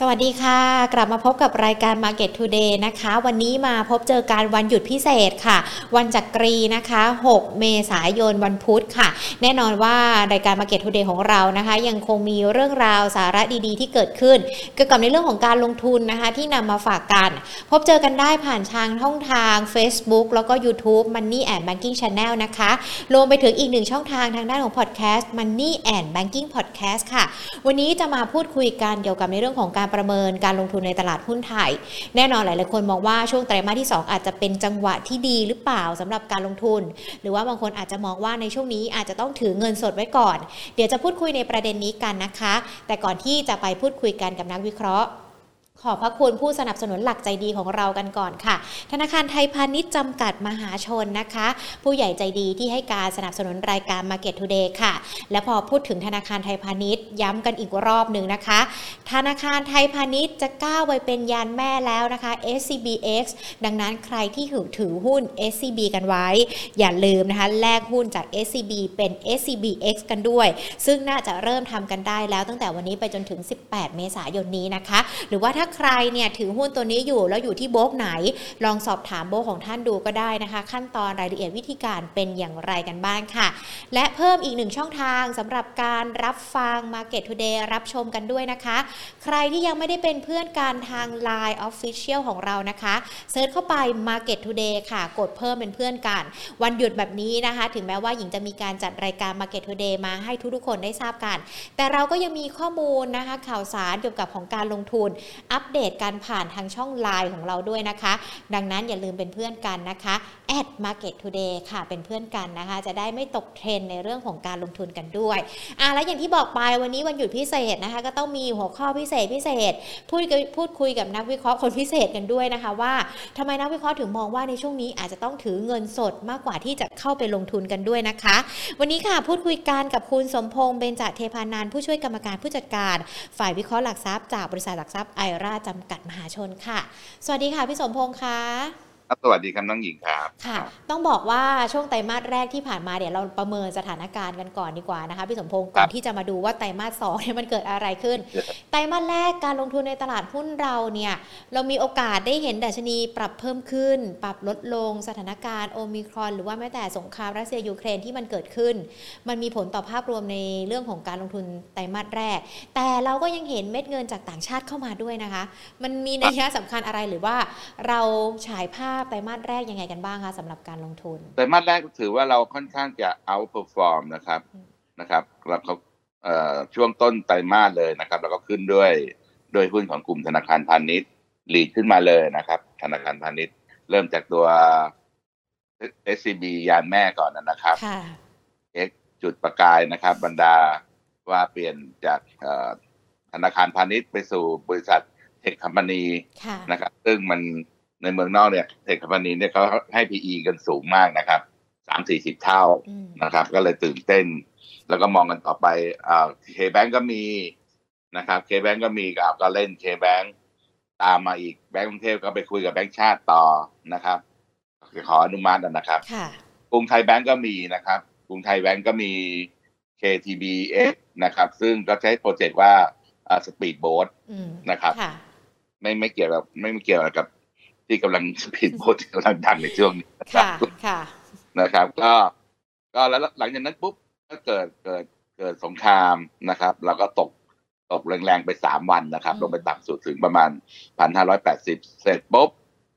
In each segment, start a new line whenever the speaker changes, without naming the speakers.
สวัสดีค่ะ กลับมาพบกับรายการ Market Today นะคะ วันนี้มาพบเจอการวันหยุดพิเศษค่ะ วันจักรีนะคะ 6 เมษายนวันพุธค่ะ แน่นอนว่ารายการ Market Today ของเรานะคะ ยังคงมีเรื่องราวสาระดีๆ ที่เกิดขึ้น เกี่ยวกับในเรื่องของการลงทุนนะคะ ที่นำมาฝากกัน พบเจอกันได้ผ่านทางช่องทาง Facebook แล้วก็ YouTube Money and Banking Channel นะคะ รวมไปถึงอีกหนึ่งช่องทางทางด้านของ Podcast Money and Banking Podcast ค่ะ วันนี้จะมาพูดคุยกันเกี่ยวกับในเรื่องของการประเมินการลงทุนในตลาดหุ้นไทย แน่นอนหลาย ๆ คนมองว่าช่วงไตรมาสที่ 2 อาจจะเป็นจังหวะที่ดีหรือเปล่าสำหรับการลงทุน หรือว่าบางคนอาจจะมองว่าในช่วงนี้อาจจะต้องถือเงินสดไว้ก่อน เดี๋ยวจะพูดคุยในประเด็นนี้กันนะคะ แต่ก่อนที่จะไปพูดคุยกันกับนักวิเคราะห์ ขอบพระคุณผู้สนับสนุนหลักใจดีของเรากันก่อนค่ะ ธนาคารไทยพาณิชย์จำกัดมหาชนนะคะ ผู้ใหญ่ใจดีที่ให้การสนับสนุนรายการ Market Today ค่ะ และพอพูดถึงธนาคารไทยพาณิชย์ย้ำกันอีกรอบหนึ่งนะคะ ธนาคารไทยพาณิชย์จะก้าวไปเป็นยานแม่แล้วนะคะ SCBX ดังนั้นใครที่ถือถือหุ้น SCB กันไว้ อย่าลืมนะคะแลกหุ้นจาก SCB เป็น SCBX กันด้วย ซึ่งน่าจะเริ่มทำกันได้แล้วตั้งแต่วันนี้ไปจนถึง 18 เมษายนนี้นะคะ หรือว่าถ้าใครเนี่ยถือหุ้นตัวนี้อยู่แล้วอยู่ที่โบรกไหน ลองสอบถามโบรกของท่านดูก็ได้นะคะ ขั้นตอนรายละเอียดวิธีการเป็นอย่างไรกันบ้างค่ะ และเพิ่มอีกหนึ่งช่องทางสำหรับการรับฟัง Market Today รับชมกันด้วยนะคะ ใครที่ยังไม่ได้เป็นเพื่อนการทาง Line Official ของเรานะคะเซิร์ชเข้าไป Market Today ค่ะ กดเพิ่มเป็นเพื่อนกัน วันหยุดแบบนี้นะคะ ถึงแม้ว่าหญิงจะมีการจัดรายการ Market Today มาให้ทุกๆคนได้ทราบกัน แต่เราก็ยังมีข้อมูลนะคะ ข่าวสารเกี่ยวกับของการลงทุน อัปเดตการผ่านทางช่อง Line ของเราด้วยนะคะ ดังนั้นอย่าลืมเป็นเพื่อนกันนะคะ at market today ค่ะ เป็นเพื่อนกันนะคะ จะได้ไม่ตกเทรนด์ในเรื่องของการลงทุนกันด้วยอ่ะและอย่างที่บอกไปวันนี้วันหยุดพิเศษนะคะ ก็ต้องมีหัวข้อพิเศษพิเศษ พูดกับพูดคุยกับนักวิเคราะห์คนพิเศษกันด้วยนะคะว่าทำไมนักวิเคราะห์ถึงมองว่าในช่วงนี้อาจจะต้องถือเงินสดมากกว่าที่จะเข้าไปลงทุนกันด้วยนะคะ วันนี้ค่ะพูดคุยกันกับคุณสมพงษ์เบญจเทพานันท์ผู้ช่วยกรรมการผู้จัดการ ฝ่ายวิเคราะห์หลักทรัพย์จากบริษัทหลักทรัพย์ไอราจำกัดมหาชนค่ะ สวัสดีค่ะพี่สมพงษ์ค่ะ
ครับสวัสดีครับน้องหญิงครับ
ค่ะ ต้องบอกว่าช่วงไตรมาสแรกที่ผ่านมาเดี๋ยวเราประเมินสถานการณ์กันก่อนดีกว่านะคะพี่สมพงศ์ก่อนที่จะมาดูว่าไตรมาสสองเนี่ยมันเกิดอะไรขึ้น ไตรมาสแรกการลงทุนในตลาดหุ้นเราเนี่ยเรามีโอกาสได้เห็นดัชนีปรับเพิ่มขึ้น ปรับลดลงสถานการณ์โอมิครอน หรือว่าแม้แต่สงครามรัสเซียยูเครนที่มันเกิดขึ้น มันมีผลต่อภาพรวมในเรื่องของการลงทุนไตรมาสแรก แต่เราก็ยังเห็นเม็ดเงินจากต่างชาติเข้ามาด้วยนะคะ มันมีนัยยะสำคัญอะไรหรือว่า เราฉายภาพไตรมาสแรกยังไงกันบ้างคะสำหรับการลงทุน
ไตรมาสแรกถือว่าเราค่อนข้างจะ outperform นะครับ
อืม
นะครับเราเขาเอ่อช่วงต้นไตรมาสเลยนะครับ แล้วก็ขึ้นด้วยด้วยหุ้นของกลุ่มธนาคารพาณิชย์หลีดขึ้นมาเลยนะครับ ธนาคารพาณิชย์ เริ่มจากตัว SCB ยานแม่ก่อนนะครับ
ค่ะ
X จุดประกายนะครับบรรดาว่าเปลี่ยนจากเอ่อธนาคารพาณิชย์ไปสู่บริษัทเทคคอมพานี
ค่ะ
นะครับซึ่งมันในเมืองนอกเนี่ยเทคคอมพานีเนี่ยเขาให้ PE กันสูงมากนะครับสามสี่สิบเท่า
อืม
นะครับ ก็เลยตื่นเต้น แล้วก็มองกันต่อไปอ่าเคแบงก็มีนะครับเคแบงก็มีก็ก็เล่นเคแบงตามมาอีกแบงก์กรุงเทพก็ไปคุยกับแบงก์ชาติต่อนะครับขออนุมัตินะครับ
ค่ะ
กรุงไทยแบงก์ก็มีนะครับ กรุงไทยแบงก์ก็มี KTBS นะครับ ซึ่งก็ใช้โปรเจกต์ว่าสปีดโบ๊ท
อืม
นะครับ
ค่ะ
ไม่ไม่เกี่ยวกับไม่ไม่เกี่ยวอะไรกับ ที่กำลัง ผิดโพสที่กำลังดังในช่วงนี้นะครับ
ค่ะ ค่ะ
นะครับ ก็ ก็แล้วหลังจากนั้นปุ๊บก็เกิดเกิดเกิดสงครามนะครับเราก็ตกตกแรงๆไปสามวันนะครับ
อืม
ลงไปต่ำสุดถึงประมาณพันห้าร้อยแปดสิบเสร็จปุ๊บ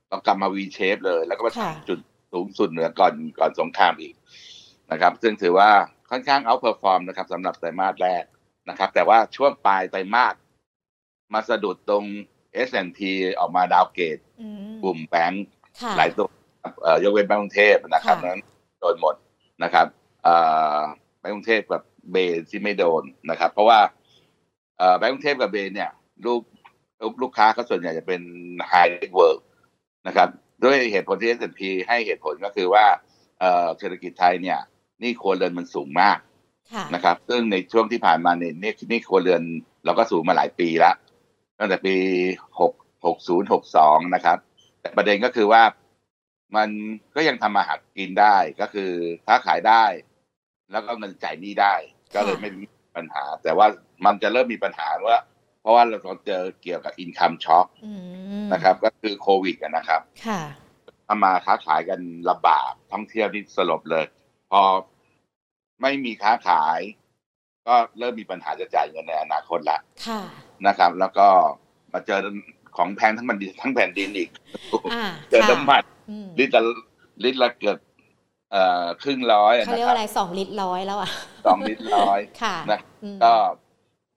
ก็กลับมาวีเชฟเลย แล้วก็มา
ค่ะ
จุดสูงสุดเหนือก่อนก่อนสงครามอีกนะครับ ซึ่งถือว่าค่อนข้างเอาเ e อร์ฟอร์มนะครับสำหรับไตรมาสแรก นะครับแต่ว่าช่วงปลายไตรมาสมาสะดุดตรง S&P ออกมาดาวเกต
อืม
กลุ่มแบงค์
ค่ะ
หลายตัวครับเอ่อยกเว้นแบงก์กรุงเทพนะครับ
ค่ะ
นั้นโดนหมดนะครับเอ่อแบงก์กรุงเทพกับเบย์ที่ไม่โดนนะครับ เพราะว่าเอ่อแบงก์กรุงเทพกับเบย์เนี่ยลูกลูกลูกค้าเขาส่วนใหญ่จะเป็น High Net Work นะครับด้วยเหตุผลที่ S&P ให้เหตุผลก็คือว่าเอ่อเศรษฐกิจไทยเนี่ยหนี่ครัวเรือนมันสูงมาก
ค่ะ
นะครับซึ่งในช่วงที่ผ่านมาเนี่ยนี่นี่ครัวเรือนเราก็สูงมาหลายปีละตั้งแต่ปีหกหกศูนย์หกสองนะครับ แต่ประเด็นก็คือว่ามันก็ยังทำมาหากินได้ก็คือค้าขายได้ แล้วก็เงินจ่ายหนี้ได้ ก็เลย
ค่ะ
ไม่มีปัญหา แต่ว่ามันจะเริ่มมีปัญหาว่า เพราะว่าเราเจอเกี่ยวกับอินคัมช็อค
อืม
นะครับ ก็คือโควิดอะนะครับ
ค่ะ
ถ้ามาค้าขายกันลำบากท่องเที่ยวนี่สลบเลย พอไม่มีค้าขาย ก็เริ่มมีปัญหาจะจ่ายเงินในอนาคตละ
ค่ะ
นะครับ แล้วก็มาเจอของแพงทั้งมันดินทั้งแผ่นดินอีก
อ่า
เจอ
ค่ะ
น้ำมัน
อืม
ลิตรละลิตรละเกือบเอ่อครึ่งร้อย
เขา
นะ
เรียก
ครั
ว่า
บ
อะไรสองลิตรร้อยแล้วอ่ะ
สองลิตรร้อย
ค่ะ
นะ
อืม
ก็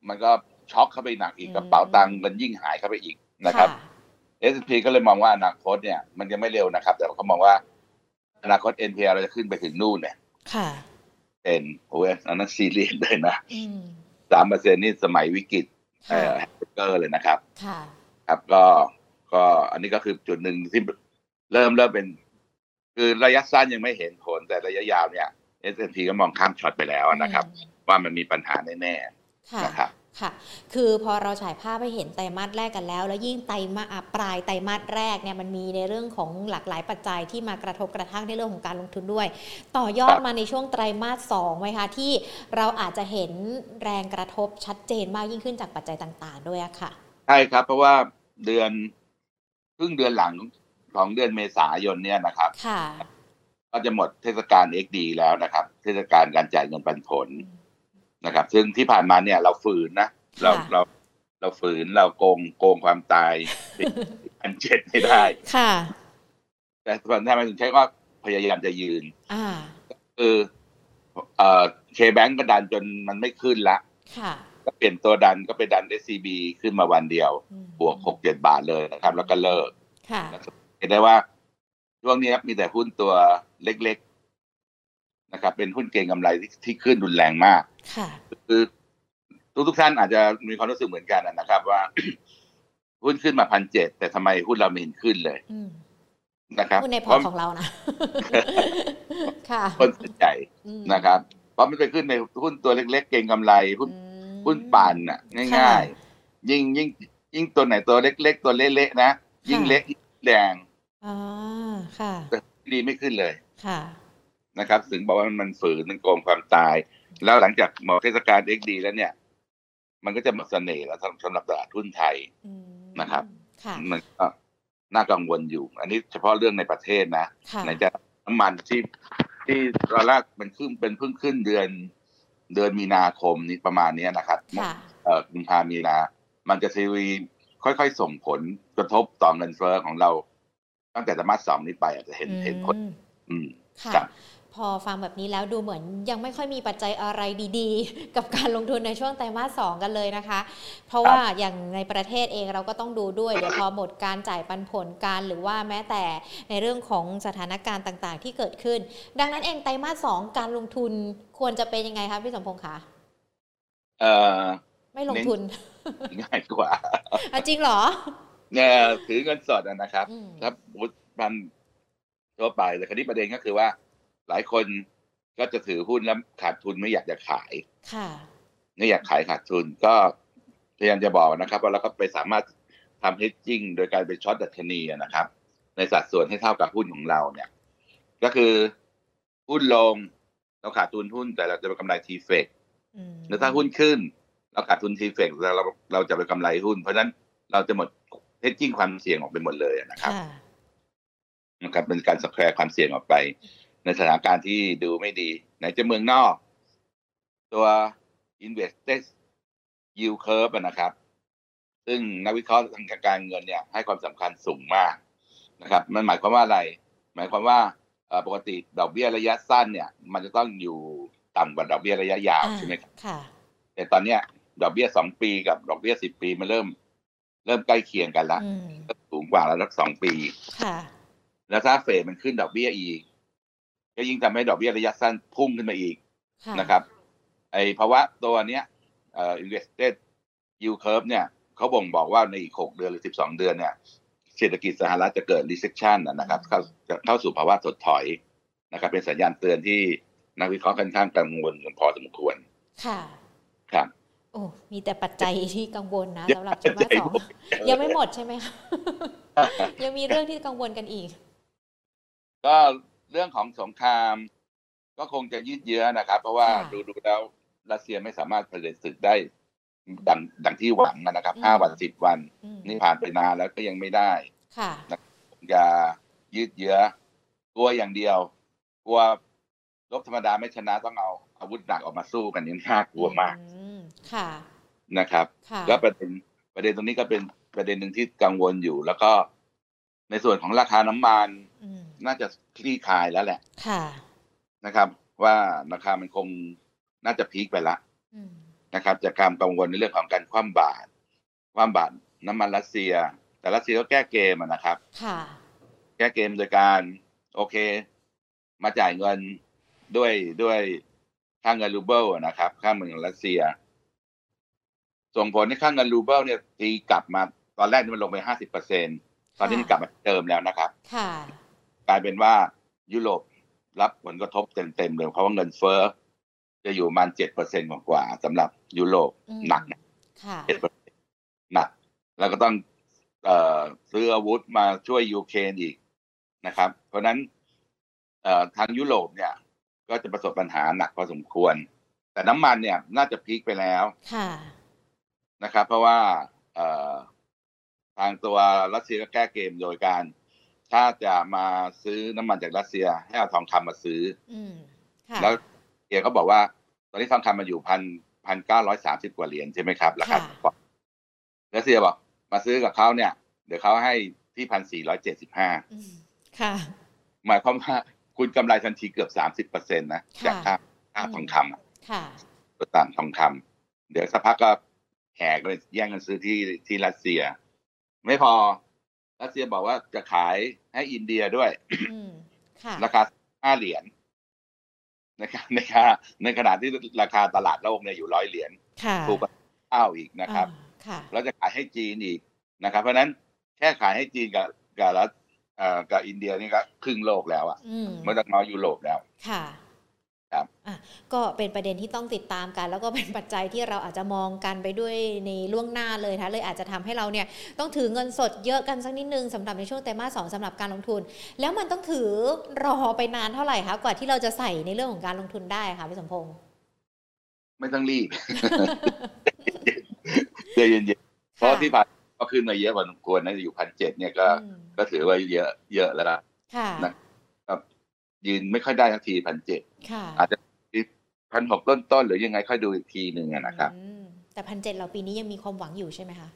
มันก็ช็อกเข้าไปหนักอีก
อืม
กระเป๋าตังค์มันยิ่งหายเข้าไปอีกนะครับ S&P ก็เลยมองว่าอนาคตเนี่ย มันยังไม่เร็วนะครับ แต่เขามองว่าอนาคต NPL เราจะขึ้นไปถึงนู่นเนี่ย
ค่ะ
เป็นโอ้ยอันนั้นซีเรียสเลยนะ
อืม
สามเปอร์เซ็นนี่สมัยวิกฤตเอ่
ค่ะ
อแฮมเบอร์เกอร์เลยนะครับ
ค่ะ
ครับก็ก็อันนี้ก็คือจุดหนึ่งที่เริ่มเริ่มเป็น คือระยะสั้นยังไม่เห็นผลแต่ระยะยาวเนี่ย S&P ก็มองข้ามช็อตไปแล้วนะครับ ว่ามันมีปัญหาแน่
ค่ะ
ๆนะครับ
ค่ะ คือพอเราฉายภาพให้เห็นไตรมาสแรกกันแล้ว แล้วยิ่งไตรมาสอ่ะปลายไตรมาสแรกเนี่ยมันมีในเรื่องของหลากหลายปัจจัยที่มากระทบกระทั่งในเรื่องของการลงทุนด้วย ต่อยอด
ครับ
มาในช่วงไตรมาสสองไหมคะ ที่เราอาจจะเห็นแรงกระทบชัดเจนมากยิ่งขึ้นจากปัจจัยต่างๆ ด้วยอะค่ะ
ใช่ครับ เพราะว่าเดือนครึ่งเดือนหลังของเดือนเมษายนเนี่ยนะครับ
ค่ะ
ก็จะหมดเทศกาล XD แล้วนะครับ เทศกาลการจ่ายเงินปันผล นะครับซึ่งที่ผ่านมาเนี่ยเราฝืนนะ
ค่ะ
เราเราเราฝืนเราโกงโกงความ ตายอันเจ็ดไม่ได้
ค่ะ
แต่ส่วนทำไมถึงใช้ก็พยายามจะยืน
อ่า
คือเอ่อเคแบงก์ก็ดันจนมันไม่ขึ้นละ
ค่ะ
ก็เปลี่ยนตัวดันก็ไปดัน SCB ขึ้นมาวันเดียว
อืม
บวกหกเจ็ดบาทเลยนะครับ แล้วก็เลิก
ค่ะ
เห็นได้ว่า ช่วงนี้ครับมีแต่หุ้นตัวเล็กๆนะครับ เป็นหุ้นเก่งกำไรที่ที่ขึ้นรุนแรงมาก
ค่ะ
คือทุกทุกๆท่านอาจจะมีความรู้สึกเหมือนกันนะครับ ว่า หุ้นขึ้นมาพันเจ็ดแต่ทำไมหุ้นเราไม่เห็นขึ้นเลย
อืม
นะครับ
พูดในพ
เพ
อร์ต
ราะ
ของเรา นะ ค่ะ
คนส่วนใหญ่
อืม
นะครับ เพราะมันไปขึ้นในหุ้นตัวเล็ก ๆ เก่งกำไรหุ้น
อืม
หุ้นปั่นน่ะ ง่าย
ค่ะ
ๆ ยิ่งยิ่งยิ่งตัวไหนตัวเล็ก ๆ ตัวเละๆนะยิ่ง
ค่ะ
เละยิ่งแดง
อ๋อค่ะ
ดีไม่ขึ้นเลย
ค่ะ
นะครับ ถึงบอกว่ามันฝืนมันโกงความตาย แล้วหลังจากหมอเทศกาลเอ็กดีแล้วเนี่ย มันก็จะหมดเสน่ห์แล้วสำหรับตลาดหุ้นไทย
อืม
นะครับ
ค่ะ
มันก็น่ากังวลอยู่ อันนี้เฉพาะเรื่องในประเทศนะ
ค่ะ
ไหนจะน้ำมันที่ที่ตอนแรกมันขึ้นเป็นเพิ่งขึ้นเดือน เดือนมีนาคมนี้ประมาณเนี้ยนะครับ
ค่ะ
เอ่อกุมภามีนา มันจะทีวีค่อยๆส่งผลกระทบต่อเงินเฟ้อของเรา ตั้งแต่ไตรมาสสองนี้ไปอาจจะเห็นเห็นผล
อืม
อืม
ค่ะ
ครับ
พอฟังแบบนี้แล้วดูเหมือนยังไม่ค่อยมีปัจจัยอะไรดี ๆ กับการลงทุนในช่วงไตรมาสสองกันเลยนะคะ เพราะว่าอย่างในประเทศเองเราก็ต้องดูด้วย เดี๋ยวพอหมดการจ่ายปันผลการหรือว่าแม้แต่ในเรื่องของสถานการณ์ต่างๆ ที่เกิดขึ้น ดังนั้นเองไตรมาสสองการลงทุนควรจะเป็นยังไงคะพี่สมพงษ์คะ
เอ่อ
ไม่ลง
เน้น
ทุน
ง่ายกว่า
อ่ะจริงเหรอ
เนี่ยถือเงินสดอะนะครับ
อืม
ครับวุฒิพันธ์ทั่วไปแต่คราวนี้ประเด็นก็คือว่า หลายคนก็จะถือหุ้นแล้วขาดทุนไม่อยากจะขาย
ค่ะ
ไม่อยากขายขาดทุน ก็พยายามจะบอกนะครับ ว่าเราก็ไปสามารถทำ hedging โดยการไปช็อตดัชนีอะนะครับ ในสัดส่วนให้เท่ากับหุ้นของเราเนี่ย ก็คือหุ้นลง เราขาดทุนหุ้น แต่เราจะไปกำไรทีเฟก
อืม
แล้วถ้าหุ้นขึ้น เราขาดทุนทีเฟกแต่เราเราจะไปกำไรหุ้น เพราะฉะนั้นเราจะหมด hedging ความเสี่ยงออกไปหมดเลยอะนะครับ
ค่ะ
นะครับเป็นการสแควร์ความเสี่ยงออกไป ในสถานการณ์ที่ดูไม่ดี ไหนจะเมืองนอก ตัว Investec Yield Curve อะนะครับ ซึ่งนักวิเคราะห์ทางการเงินเนี่ย ให้ความสำคัญสูงมากนะครับ มันหมายความว่าอะไร หมายความว่าเอ่อปกติดอกเบี้ยระยะสั้นเนี่ย มันจะต้องอยู่ต่ำกว่าดอกเบี้ยระยะยาว
อ่า
ใช่ไหมครับ
ค่ะ
แต่ตอนเนี้ย ดอกเบี้ยสองปีกับดอกเบี้ยสิบปีมันเริ่ม เริ่มใกล้เคียงกันละ
อืม
สูงกว่าแล้วสักสองปี
ค่ะ
แล้วถ้าเฟดมันขึ้นดอกเบี้ยอีก ก็ยิ่งทำให้ดอกเบี้ยระยะสั้นพุ่งขึ้นมาอีก
ค่ะ
นะครับ ไอ้ภาวะตัวเนี้ยเอ่อ invested yield curve เนี่ยเขาบ่งบอกว่าในอีกหกเดือนหรือสิบสองเดือนเนี่ย เศรษฐกิจสหรัฐจะเกิด recession นะนะครับเข้าจะเข้าสู่ภาวะถดถอยนะครับ เป็นสัญญาณเตือนที่นักวิเคราะห์ค่อนข้างกังวลกันพอสมควร
ค่ะ
ครับ
โอ้ มีแต่ปัจจัยที่กังวล นะ
ยัง
สำหรับจังหวะสอง
ยัง
ยังไม่หมดใช่ไหมคะ ยังมีเรื่องที่กังวลกันอีก
ก็เรื่องของสงคราม ก็คงจะยืดเยื้อนะครับ เพราะว่า
ค่ะ
ดูดูแล้วรัสเซียไม่สามารถผลิตศึกได้ ดังดังที่หวังนะครับ
อืม
ห้าวันสิบวัน
อืม
นี่ผ่านไปนานแล้วก็ยังไม่ได้
ค่ะ
อย่ายืดเยื้อกลัวอย่างเดียวกลัวรบธรรมดาไม่ชนะต้องเอาอาวุธหนักออกมาสู้กันนี่น่ากลัวมาก
อืมค่ะ
นะครับ
ค่ะ
ก็ประเด็นประเด็นตรงนี้ก็เป็นประเด็นหนึ่งที่กังวลอยู่ แล้วก็ในส่วนของราคาน้ำมัน
อืม
น่าจะคลี่คลายแล้วแหละ
ค่ะ
นะครับ ว่าราคามันคงน่าจะพีคไปละ
อืม
นะครับ จากการกังวลในเรื่องของการคว่ำบาตรคว่ำบาตรน้ำมันรัสเซีย แต่รัสเซียก็แก้เกมอะนะครับ
ค่ะ
แก้เกมโดยการโอเค มาจ่ายเงินด้วยด้วยค่าเงินรูเบิลอะนะครับ ค่าเงินของรัสเซีย ส่งผลให้ค่าเงินรูเบิลเนี่ยตีกลับมาตอนแรกนี่มันลงไปห้าสิบเปอร์เซ็นตอนนี้มันกลับมาเติมแล้วนะครับ
ค่ะ
กลายเป็นว่ายุโรปรับผลกระทบเต็มๆเลยเพราะว่าเงินเฟ้อจะอยู่ประมาณเจ็ดเปอร์เซ็นกว่าๆสำหรับยุโรป
อืม
หนักนะ
ค่ะ
เจ็ดเปอร์เซ็นต์หนัก แล้วก็ต้องเอ่อซื้ออาวุธมาช่วยยูเครนอีกนะครับ เพราะฉะนั้นเอ่อทางยุโรปเนี่ย ก็จะประสบปัญหาหนักพอสมควร แต่น้ำมันเนี่ย น่าจะพีคไปแล้ว
ค่ะ
นะครับ เพราะว่าเอ่อทางตัวรัสเซียก็แก้เกมโดยการ ถ้าจะมาซื้อน้ำมันจากรัสเซีย ให้เอาทองคำมาซื้อ
อืมค่ะ
แล้วเอียก็บอกว่า ตอนนี้ทองคำมันอยู่พันพันเก้าร้อยสามสิบกว่าเหรียญใช่ไหมครับราคา
ค่ะ
ปอตรัสเซียบอกมาซื้อกับเขาเนี่ย เดี๋ยวเขาให้ที่พันสี่ร้อยเจ็ดสิบห้า
อืมค่ะ
หมายความว่าคุณกำไรทันทีเกือบสามสิบเปอร์เซ็นต์นะ
ค่ะ
จากค่าค่าทองคำอะ
ค่ะ
ตัวต่างทองคำเดี๋ยวสักพักก็แห่กันแย่งกันซื้อที่ที่รัสเซีย ไม่พอ รัสเซียบอกว่าจะขายให้อินเดียด้วย
อืมค่ะ
ราคาห้าเหรียญนะครับ ในขณะในขณะที่ราคาตลาดโลกเนี่ยอยู่ร้อยเหรียญ
ค่ะ
ถูกกว่าอ้าวอีกนะครับ
อ่าค่ะ
เราจะขายให้จีนอีกนะครับ เพราะฉะนั้นแค่ขายให้จีนกับกับรัฐเอ่อกับอินเดียนี่ก็ครึ่งโลกแล้วอะ
อืม
ไม่ต้องน้อยยุโรปแล้ว
ค่ะ
ครับ
อ่ะ ก็เป็นประเด็นที่ต้องติดตามกัน แล้วก็เป็นปัจจัยที่เราอาจจะมองกันไปด้วยในล่วงหน้าเลยนะคะเลยอาจจะทำให้เราเนี่ยต้องถือเงินสดเยอะกันสักนิดนึงสำหรับในช่วงไตรมาสสองสำหรับการลงทุน แล้วมันต้องถือรอไปนานเท่าไหร่คะกว่าที่เราจะใส่ในเรื่องของการลงทุนได้ค่ะพี่สมพงษ์
ไม่ต้องรีบ เดี๋ยวเย็นๆ เพราะที่ผ่านมาก็ขึ้นมาเยอะพอสมควรนะอยู่พันเจ็ดเนี่ยก็
อืม
ก็ถือว่าเยอะเยอะแล้วล่ะ
ค่ะ
นะ ครับยืนไม่ค่อยได้ทันทีพันเจ็ด
ค่ะ
อาจจะพันหกต้นต้นๆหรือยังไงค่อยดูอีกทีหนึ่งอะนะครับ
อืมแต่พันเจ็ดเราปีนี้ยังมีความหวังอยู่ใช่ไหมคะ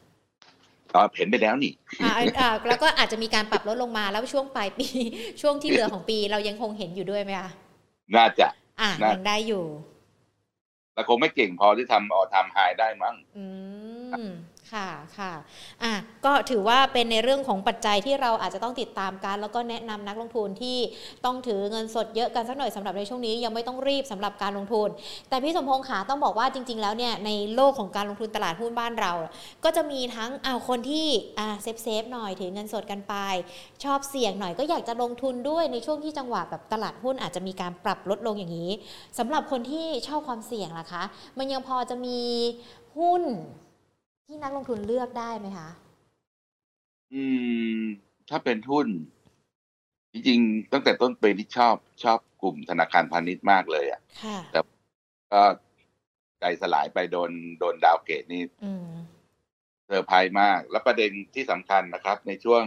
อ๋อเห็นไปแล้วนี่
อ่าอ่าแล้วก็อาจจะมีการปรับลดลงมาแล้วช่วงปลายปี ช่วงที่เหลือของปีเรายังคงเห็นอยู่ด้วยไหมคะ
น่าจะ
อ่ะ
นะ
ยังได้อยู่
แต่คงไม่เก่งพอที่ทำออทำไฮได้มั้ง
อืม ค่ะ ค่ะ อ่ะ ก็ถือว่าเป็นในเรื่องของปัจจัยที่เราอาจจะต้องติดตามกัน แล้วก็แนะนำนักลงทุนที่ต้องถือเงินสดเยอะกันสักหน่อยสำหรับในช่วงนี้ยังไม่ต้องรีบสำหรับการลงทุน แต่พี่สมพงษ์ขาต้องบอกว่าจริง ๆ แล้วเนี่ยในโลกของการลงทุนตลาดหุ้นบ้านเรา ก็จะมีทั้งเอาคนที่อ่าเซฟเซฟๆหน่อยถือเงินสดกันไป ชอบเสี่ยงหน่อยก็อยากจะลงทุนด้วยในช่วงที่จังหวะแบบตลาดหุ้นอาจจะมีการปรับลดลงอย่างนี้สำหรับคนที่ชอบความเสี่ยงล่ะคะ มันยังพอจะมีหุ้นที่นักลงทุนเลือกได้ไหมคะ
อืม ถ้าเป็นหุ้น จริงๆ ตั้งแต่ต้นปีที่ชอบชอบกลุ่มธนาคารพาณิชย์มากเลยอะ่ะ
ค่ะ
ก็ใจสลายไปโดนโดนดาวเกตนี่
อืม
เซอร์ไพรส์มาก และประเด็นที่สำคัญนะครับ ในช่วง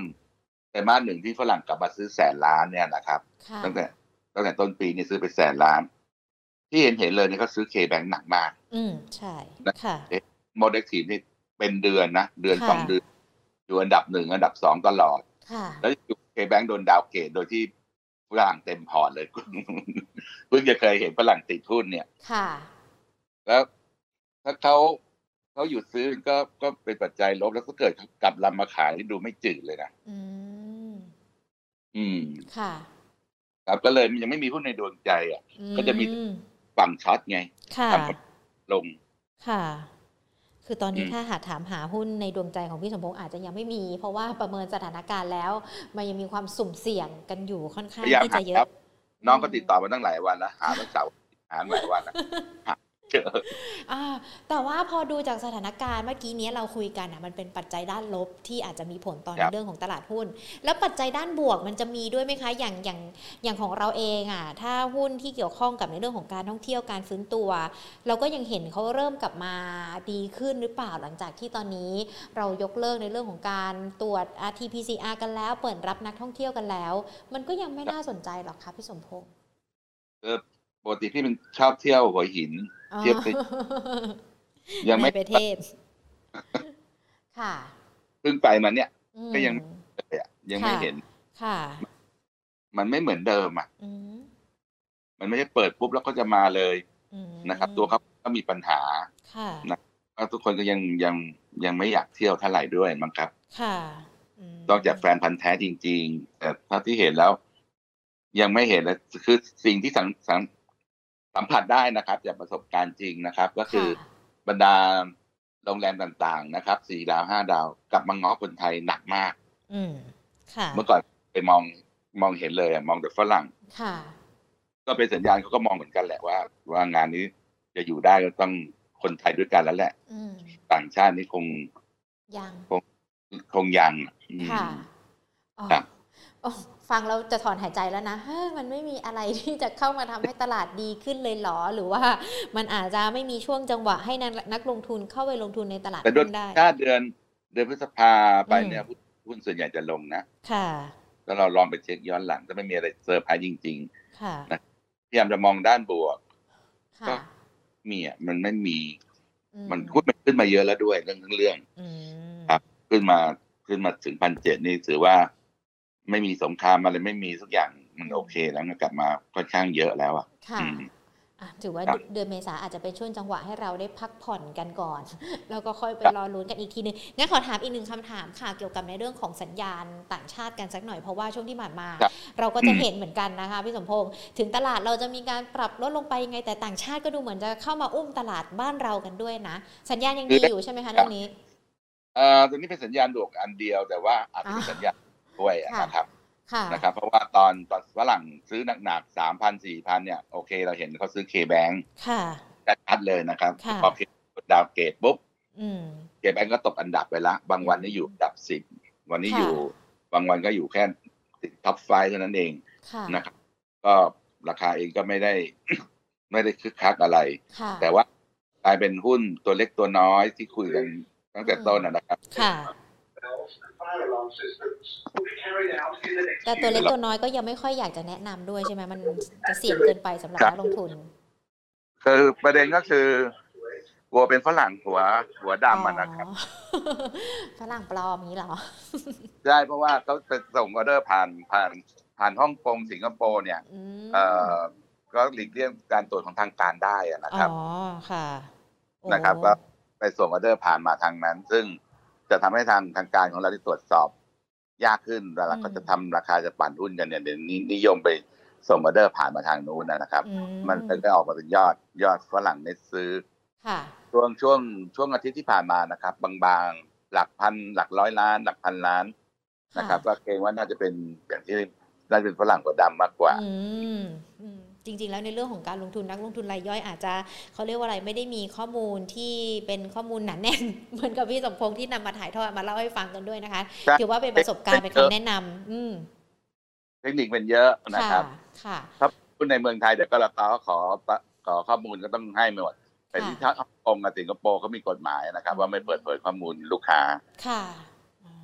ไตรมาสหนึ่งที่ฝรั่งกลับมาซื้อแสนล้านเนี่ยนะครับ
ค่ะ
ตั้งแต่ตั้งแต่ต้นปีนี่ซื้อไปแสนล้าน ที่เห็นเห็นเลยเนี่ยก็ซื้อเคแบงหนักมาก
อืม ใช่
นะ
ค่ะ
โมเด็กทีนี่เป็นเดือนนะ เดือน
ค่ะ
สองเดือนอยู่อันดับหนึ่งอันดับสองตลอด
ค่ะ
แล้วอยู่เคแบงโดนดาวเกตโดยที่ฝรั่งเต็มพอร์ตเลย เพิ่งจะเคยเห็นฝรั่งติดหุ้นเนี่ย
ค่ะ
แล้ว ถ้าเขาเขาหยุดซื้อก็ก็เป็นปัจจัยลบแล้วก็เกิดกลับลำมาขายที่ดูไม่จืดเลยนะ
อืม
อืม
ค่ะ
ครับก็เลยยังไม่มีหุ้นในดวงใจอ่ะ ก็จะมี
อื
ฝั่งช็อตไง
ค่ะ
ทำกับ ลง
ค่ะ คือตอนนี้
อืม
ถ้าหากถามหาหุ้นในดวงใจของพี่สมพงษ์อาจจะยังไม่มี เพราะว่าประเมินสถานการณ์แล้ว มันยังมีความสุ่มเสี่ยงกันอยู่ค่อนข้า
พ
ง
ยายาม
ที่
หา
จะเย
ครั
อะ
บ น้องก็ติดต่อมาตั้งหลายวันแล้วหาตั้งเสาร์หาหลายวันแล้วหาเค เยอะ
อ่าแต่ว่าพอดูจากสถานการณ์เมื่อกี้เนี้ยเราคุยกันนะมันเป็นปัจจัยด้านลบที่อาจจะมีผลต่อใน
ครับ
เรื่องของตลาดหุ้น แล้วปัจจัยด้านบวกมันจะมีด้วยไหมคะอย่างอย่างอย่างของเราเองอ่ะถ้าหุ้นที่เกี่ยวข้องกับในเรื่องของการท่องเที่ยวการฟื้นตัว เราก็ยังเห็นเขาเริ่มกลับมาดีขึ้นหรือเปล่าหลังจากที่ตอนนี้ เรายกเลิกในเรื่องของการตรวจ RT-PCR กันแล้ว เปิดรับนักท่องเที่ยวกันแล้ว มันก็ยังไม่
ครับ
น่าสนใจหรอกคะพี่สมพงษ์
ปกติพี่เป็นชอบเที่ยวหัวหิน เทียบสิ
อ๋
ยั
อง ใน
ไม่
ประเท ศ ค่ะ
เพิ่งไปมันเนี่ย
อืม
ก็ยัง เลยอะยังไม่
ค่ะ
เห็น
ค่ะ
มันไม่เหมือนเดิมอ่ะ
อืม
มันไม่ได้เปิดปุ๊บแล้วก็จะมาเลย
อืม
นะครับ ตัวเขาก็มีปัญหา
ค่ะ
นะ แล้วทุกคนก็ยังยังยังไม่อยากเที่ยวเท่าไหร่ด้วยมั้งครับ
ค่ะม
นอกจากแฟนพันธ์แท้จริง ๆ แต่เท่าที่เห็นแล้ว ยังไม่เห็นเลยคือสิ่งที่สังสังสัมผัสได้นะครับ จากประสบการณ์จริงนะครับ ก็คือ
ะ
บรรดาโรงแรมต่างๆนะครับสี่ดาวห้าดาวกลับมาง้อคนไทยหนักมาก
อืมค่ะ
เมื่อก่อนไปมองมองเห็นเลยอะมองแต่ฝรั่ง
ค่ะ
ก็เป็นสัญญาณเขาก็มองเหมือนกันแหละว่า ว่างานนี้จะอยู่ได้ก็ต้องคนไทยด้วยกันแล้วแหละ
อืม
ต่างชาตินี่คง
ยัง
คงยังอืม
ค่ะอ๋อ
ครับ
โอ้ฟังแล้วจะถอนหายใจแล้วนะเฮ้ยมันไม่มีอะไรที่จะเข้ามาทำให้ตลาดดีขึ้นเลยเหรอ หรือว่ามันอาจจะไม่มีช่วงจังหวะให้นักนักลงทุนเข้าไปลงทุนในตลาด
แต่โดย
หุ้นได้
ถ้าเดือนเดือนพฤษภาไปเนี่ย
อืม
หุ้นหุ้นส่วนใหญ่จะลงนะ
ค่ะ
แล้วเราลองไปเช็คย้อนหลังถ้าไม่มีอะไรเซอร์ไพรส์จริง
ค่ะ
นะ ๆพยายามจะมองด้านบวก ก็
ค่ะ
มีอ่ะมันไม่มี
อื
มันหุ้นมันขึ้นมาเยอะแล้วด้วยเรื่องเรื่อง
อืม
ครับ ขึ้นมาขึ้นมาถึงพันเจ็ดนี่ถือว่า ไม่มีสงครามอะไรไม่มีทุกอย่างมันโอเคแล้วนะกลับมาค่อนข้างเยอะแล้วอ่ะ
ค่ะ
อืม
อ่ะ ถือว่า
ครับ
เดือนเมษาอาจจะเป็นช่วงจังหวะให้เราได้พักผ่อนกันก่อน แล้วก็ค่อยไป
ครับ
รอลุ้นกันอีกทีหนึงงั้นขอถามอีกหนึ่งคำถามค่ะ เกี่ยวกับในเรื่องของสัญญาณต่างชาติกันสักหน่อยเพราะว่าช่วงที่ผ่านมา
ครับ
เราก็จะ
อืม
เห็นเหมือนกันนะคะพี่สมพงษ์ถึงตลาดเราจะมีการปรับลดลงไปยังไงแต่ต่างชาติก็ดูเหมือนจะเข้ามาอุ้มตลาดบ้านเรากันด้วยนะ สัญญาณยังดีอยู่ใช่ไหมคะเรื่องนี้
เอ่อตัวนี้เป็นสัญญาณบวกอันเดียว แต่ว่าอาจจะเป็น
อ่า
สัญญาณด้วยอะ
ค่ะ
นะครับ
ค่ะ
นะครับ เพราะว่าตอนตอนฝรั่งซื้อหนักๆสามพันสี่พันเนี่ยโอเค เราเห็นเขาซื้อเคแบง
ค่ะ
ชัดๆเลยนะครับ
ค่ะ
พอเคดาวเกตปุ๊บ
อืม
เคแบงก็ตกอันดับไปละ บางวันนี่อยู่อันดับสิบวันนี้
ค่ะ
อยู่ บางวันก็อยู่แค่ติดท็อปไฟเท่านั้นเอง
ค่ะ
นะครับก็ราคาเองก็ไม่ได้ ไม่ได้คึกคักอะไร
ค่ะ
แต่ว่ากลายเป็นหุ้นตัวเล็กตัวน้อยที่คุยกันตั้งแต่ต้นนะนะครับ
ค่ะ แต่ตัวเล็กตัวน้อยก็ยังไม่ค่อยอยากจะแนะนำด้วยใช่ไหมมันจะเสี่ยงเกินไปสำหรับ
ครับ
นักลงทุน
คือประเด็นก็คือกลัวเป็นฝรั่งหัวหัวดำมันนะครับ
อ๋ อฝรั่งปลอมนี้เหรอ
ใช่เพราะว่าเขาไปส่งออเดอร์ผ่านผ่านผ่านฮ่องกงสิงคโปร์เนี่ย
อืม
เอ่อก็หลีกเลี่ยงการตรวจของทางการได้อะนะครับ
อ๋อค่ะโอ้
นะครับก็ ไปส่งออเดอร์ผ่านมาทางนั้น ซึ่งจะทำให้ทางทางการของเราที่ตรวจสอบ ยากขึ้นแล้วเราก็จะทำราคาจะปั่นหุ้นกันเนี่ยเดี๋ยวนี้นิยมไปส่งออเดอร์ผ่านมาทางนู้นนะนะครับ
อื
มันก็ออกมาเป็นยอดยอดฝรั่งเน็ตซื้อ
ค่ะ
ช่วงช่วงช่วงอาทิตย์ที่ผ่านมานะครับ บางๆหลักพันหลักร้อยล้าน หลักพันล้านนะครับ ก็เกรงว่าน่าจะเป็นอย่างที่น่าจะเป็นฝรั่งหัวดำมากกว่า
อืมอืมจริงๆ แล้วในเรื่องของการลงทุนนักลงทุนรายย่อยอาจจะเขาเรียกว่าอะไรไม่ได้มีข้อมูลที่เป็นข้อมูลหนาแน่น เหมือนกับพี่สมพงษ์ที่นำมาถ่ายทอดมาเล่าให้ฟังกันด้วยนะคะ
ครับ
ถือว่าเป็นประสบการณ์เป็นคำแนะนำอืม
เทคนิคเป็นเยอะนะ
ค่ะ
ครับ
ค่ะ
หุ้นในเมืองไทยเดี๋ยวก็ราคาก็ขอขอข้อมูลก็ต้องให้หมดแต่ที่ท่าองค์กับสิงคโปร์เขามีกฎหมายนะครับ ว่าไม่เปิดเผยข้อมูลลูกค้า
ค่ะ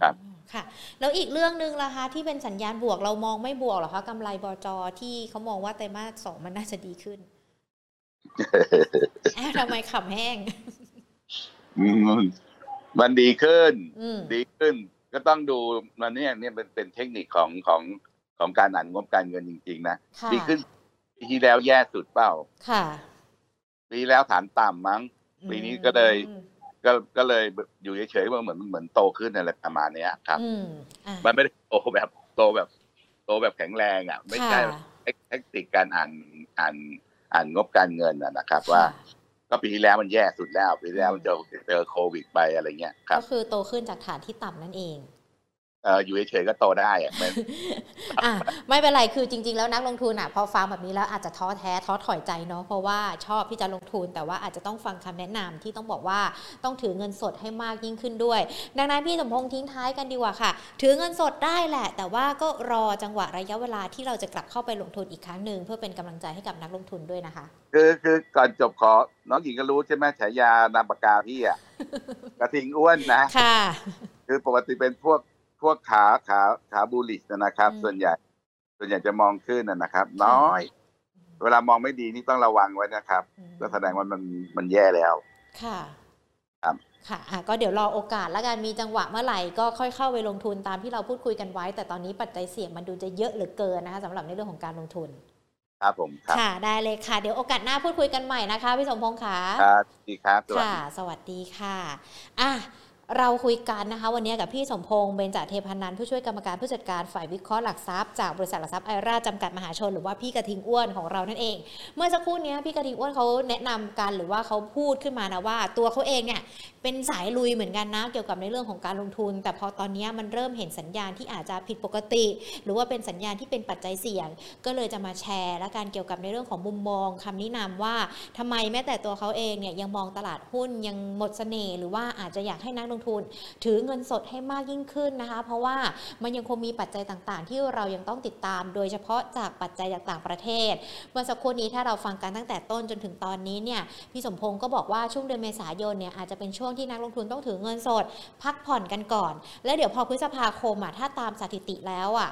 ครับ
ค่ะ แล้วอีกเรื่องหนึ่งล่ะคะที่เป็นสัญญาณบวกเรามองไม่บวกเหรอคะกำไรบจที่เขามองว่าไตรมาสสองมันน่าจะดีขึ้นแอบทำไมขำแห้ง
อืมมันดีขึ้น
อืม
ดีขึ้น ก็ต้องดูมันเนี่ยเนี่ยเป็นเป็นเทคนิคของของของการอ่านงบการเงินจริง ๆ นะ
ค่ะ
ดีขึ้นปีที่แล้วแย่สุดเปล่า
ค่ะ
ปีแล้วฐานต่ำมั้ง ปีนี้ก็เลย
อืม
ก็ก็เลยอยู่เฉยๆว่าเหมือนเหมือนโตขึ้นอะไรประมาณเนี้ยครับ
อืมอ่ะ
มันไม่ได้โตแบบโตแบบโตแบบแข็งแรงอ่ะ ไม่ใช่
ค่ะ
เทคนิคการอ่านอ่านอ่านงบการเงินนะนะครับ ว่า
ค่ะ
ก็ปีที่แล้วมันแย่สุดแล้วปีที่แล้วมันเจอเจอโควิดไปอะไรเงี้ยครับ
ก็คือโตขึ้นจากฐานที่ต่ำนั่นเอง
เอ่ออยู่เฉยๆก็โตได้อะมัน
อ่ะไม่เป็นไรคือจริง ๆ แล้วนักลงทุนอ่ะพอฟังแบบนี้แล้วอาจจะท้อแท้ท้อถอยใจเนาะเพราะว่าชอบที่จะลงทุน แต่ว่าอาจจะต้องฟังคำแนะนำที่ต้องบอกว่าต้องถือเงินสดให้มากยิ่งขึ้นด้วย ดังนั้นพี่สมพงษ์ทิ้งท้ายกันดีกว่าค่ะ ถือเงินสดได้แหละ แต่ว่าก็รอจังหวะระยะเวลาที่เราจะกลับเข้าไปลงทุนอีกครั้งหนึ่งเพื่อเป็นกำลังใจให้กับนักลงทุนด้วยนะคะ
คือคือก่อนจบขอ น้องหญิงก็รู้ใช่ไหมฉายานามปากกาพี่ อ่ะ กระทิงอ้วนนะ
ค่ะ
คือปกติเป็นพวกพวกขาขาขาบูลลิชนะครับ
อืม
ส่วนใหญ่ ส่วนใหญ่จะมองขึ้นนะนะครับ น้อย เวลามองไม่ดีนี่ต้องระวังไว้นะครับ
อืม
ก็แสดงว่ามันมันแย่แล้ว
ค่ะ
ครับ
ค่ะอ่ะ ก็เดี๋ยวรอโอกาสแล้วกันมีจังหวะเมื่อไหร่ก็ค่อยเข้าไปลงทุนตามที่เราพูดคุยกันไว้ แต่ตอนนี้ปัจจัยเสี่ยงมันดูจะเยอะเหลือเกินนะคะสำหรับในเรื่องของการลงทุน
ครับผมครับ
ค่ะ ได้เลยค่ะ เดี๋ยวโอกาสหน้าพูดคุยกันใหม่นะคะ พี่สมพงษ์ค่ะ
ครับดีครับสวัส
ค่ะ
ดี
สวัสดีค่ะ อ่ะ เราคุยกันนะคะ วันนี้กับพี่สมพงษ์เบญจเทพานันท์ผู้ช่วยกรรมการผู้จัดการฝ่ายวิเคราะห์หลักทรัพย์จากบริษัทหลักทรัพย์ไอราจำกัดมหาชนหรือว่าพี่กระทิงอ้วนของเรานั่นเอง เมื่อสักครู่เนี้ยพี่กระทิงอ้วนเขาแนะนำกันหรือว่าเขาพูดขึ้นมานะว่า ตัวเขาเองเนี่ยเป็นสายลุยเหมือนกันนะเกี่ยวกับในเรื่องของการลงทุน แต่พอตอนเนี้ยมันเริ่มเห็นสัญญาณที่อาจจะผิดปกติ หรือว่าเป็นสัญญาณที่เป็นปัจจัยเสี่ยง ก็เลยจะมาแชร์และการเกี่ยวกับในเรื่องของมุมมองคำนิยามว่าทำไมแม้แต่ตัวเขาเองเนี่ยยังมองตลาดหุ้นยังหมดเสน่ห์หรือว่าอาจจะอยากให้นักลงทุน ถือเงินสดให้มากยิ่งขึ้นนะคะ เพราะว่ามันยังคงมีปัจจัยต่างๆ ที่เรายังต้องติดตาม โดยเฉพาะจากปัจจัยจากต่างประเทศ เมื่อสักครู่นี้ถ้าเราฟังกันตั้งแต่ต้นจนถึงตอนนี้เนี่ยพี่สมพงศ์ก็บอกว่าช่วงเดือนเมษายนเนี่ยอาจจะเป็นช่วงที่นักลงทุนต้องถือเงินสด พักผ่อนกันก่อน แล้วเดี๋ยวพอพฤษภาคมอ่ะถ้าตามสถิติแล้วอ่ะ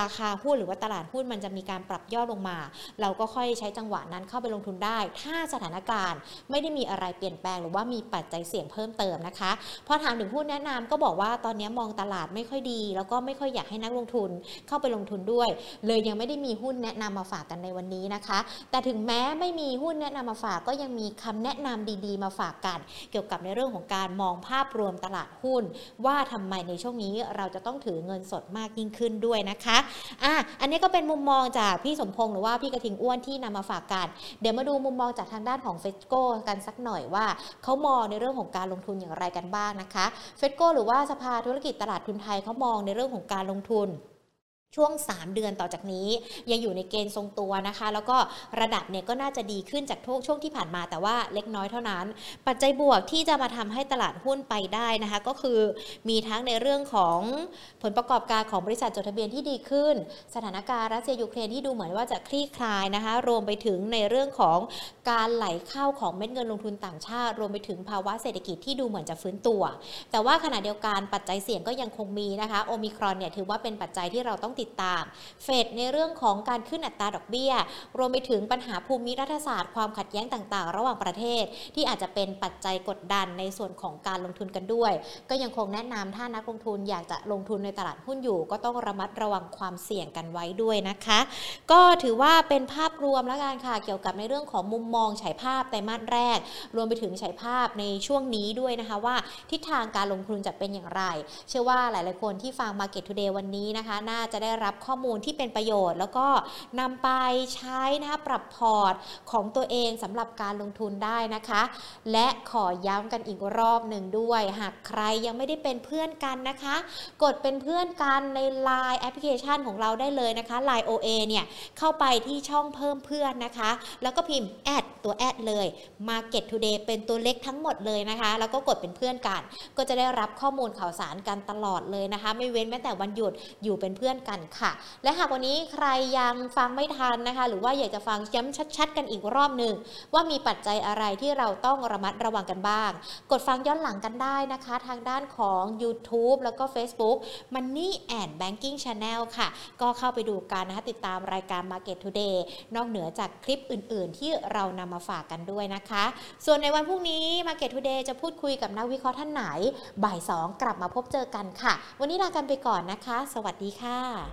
ราคาหุ้นหรือว่าตลาดหุ้นมันจะมีการปรับย่อลงมา เราก็ค่อยใช้จังหวะนั้นเข้าไปลงทุนได้ ถ้าสถานการณ์ไม่ได้มีอะไรเปลี่ยนแปลงหรือว่ามีปัจจัยเสี่ยงเพิ่มเติมนะคะพอถามถึงหุ้นแนะนำก็บอกว่าตอนนี้มองตลาดไม่ค่อยดี แล้วก็ไม่ค่อยอยากให้นักลงทุนเข้าไปลงทุนด้วย เลยยังไม่ได้มีหุ้นแนะนำมาฝากกันในวันนี้นะคะ แต่ถึงแม้ไม่มีหุ้นแนะนำมาฝากก็ยังมีคำแนะนำดีๆ มาฝากกัน เกี่ยวกับในเรื่องของการมองภาพรวมตลาดหุ้น ว่าทำไมในช่วงนี้เราจะต้องถือเงินสดมากยิ่งขึ้นด้วยนะคะอ่ะอันนี้ก็เป็นมุมมองจากพี่สมพงษ์หรือว่าพี่กระทิงอ้วนที่นำมาฝากกัน เดี๋ยวมาดูมุมมองจากทางด้านของเฟสโก้กันสักหน่อยว่าเขามองในเรื่องของการลงทุนอย่างไรกันบ้างนะคะเฟสโก้หรือว่าสภาธุรกิจตลาดทุนไทยเขามองในเรื่องของการลงทุน ช่วง 3 เดือนต่อจากนี้ ยังอยู่ในเกณฑ์ทรงตัวนะคะ แล้วก็ระดับเนี่ยก็น่าจะดีขึ้นจากทุกช่วงที่ผ่านมาแต่ว่าเล็กน้อยเท่านั้น ปัจจัยบวกที่จะมาทำให้ตลาดหุ้นไปได้นะคะ ก็คือมีทั้งในเรื่องของผลประกอบการของบริษัทจดทะเบียนที่ดีขึ้น สถานการณ์รัสเซียยูเครนที่ดูเหมือนว่าจะคลี่คลายนะคะ รวมไปถึงในเรื่องของการไหลเข้าของเม็ดเงินลงทุนต่างชาติ รวมไปถึงภาวะเศรษฐกิจที่ดูเหมือนจะฟื้นตัว แต่ว่าขณะเดียวกันปัจจัยเสี่ยงก็ยังคงมีนะคะโอมิครอนเนี่ยถือว่าเป็นปัจจัยที่เราต้องติดตาม เฟดในเรื่องของการขึ้นอัตราดอกเบี้ย รวมไปถึงปัญหาภูมิรัฐศาสตร์ความขัดแย้งต่างๆ ระหว่างประเทศ ที่อาจจะเป็นปัจจัยกดดันในส่วนของการลงทุนกันด้วย ก็ยังคงแนะนำถ้านักลงทุนอยากจะลงทุนในตลาดหุ้นอยู่ ก็ต้องระมัดระวังความเสี่ยงกันไว้ด้วยนะคะ ก็ถือว่าเป็นภาพรวมแล้วกันค่ะ เกี่ยวกับในเรื่องของมุมมองฉายภาพไตรมาสแรก รวมไปถึงฉายภาพในช่วงนี้ด้วยนะคะว่าทิศทางการลงทุนจะเป็นอย่างไร เชื่อว่าหลาย ๆ คนที่ฟัง Market Today วันนี้นะคะ น่าจะได้รับข้อมูลที่เป็นประโยชน์ แล้วก็นำไปใช้นะคะปรับพอร์ตของตัวเองสำหรับการลงทุนได้นะคะ และขอย้ำกันอีกรอบหนึ่งด้วย หากใครยังไม่ได้เป็นเพื่อนกันนะคะ กดเป็นเพื่อนกันใน Line แอปพลิเคชันของเราได้เลยนะคะ Line OA เนี่ยเข้าไปที่ช่องเพิ่มเพื่อนนะคะ แล้วก็พิมพ์แอดตัวแอดเลย Market Today เป็นตัวเล็กทั้งหมดเลยนะคะ แล้วก็กดเป็นเพื่อนกัน ก็จะได้รับข้อมูลข่าวสารกันตลอดเลยนะคะ ไม่เว้นแม้แต่วันหยุดอยู่เป็นเพื่อนกันค่ะ และหากวันนี้ใครยังฟังไม่ทันนะคะ หรือว่าอยากจะฟังย้ำชัด ๆ กันอีกรอบหนึ่ง ว่ามีปัจจัยอะไรที่เราต้องระมัดระวังกันบ้าง กดฟังย้อนหลังกันได้นะคะ ทางด้านของ YouTube แล้วก็ Facebook Money and Banking Channel ค่ะ ก็เข้าไปดูกันนะคะ ติดตามรายการ Market Today นอกเหนือจากคลิปอื่น ๆ ที่เรานำมาฝากกันด้วยนะคะ ส่วนในวันพรุ่งนี้ Market Today จะพูดคุยกับนักวิเคราะห์ท่านไหน บ่าย 2 กลับมาพบเจอกันค่ะ วันนี้ลากันไปก่อนนะคะ สวัสดีค่ะ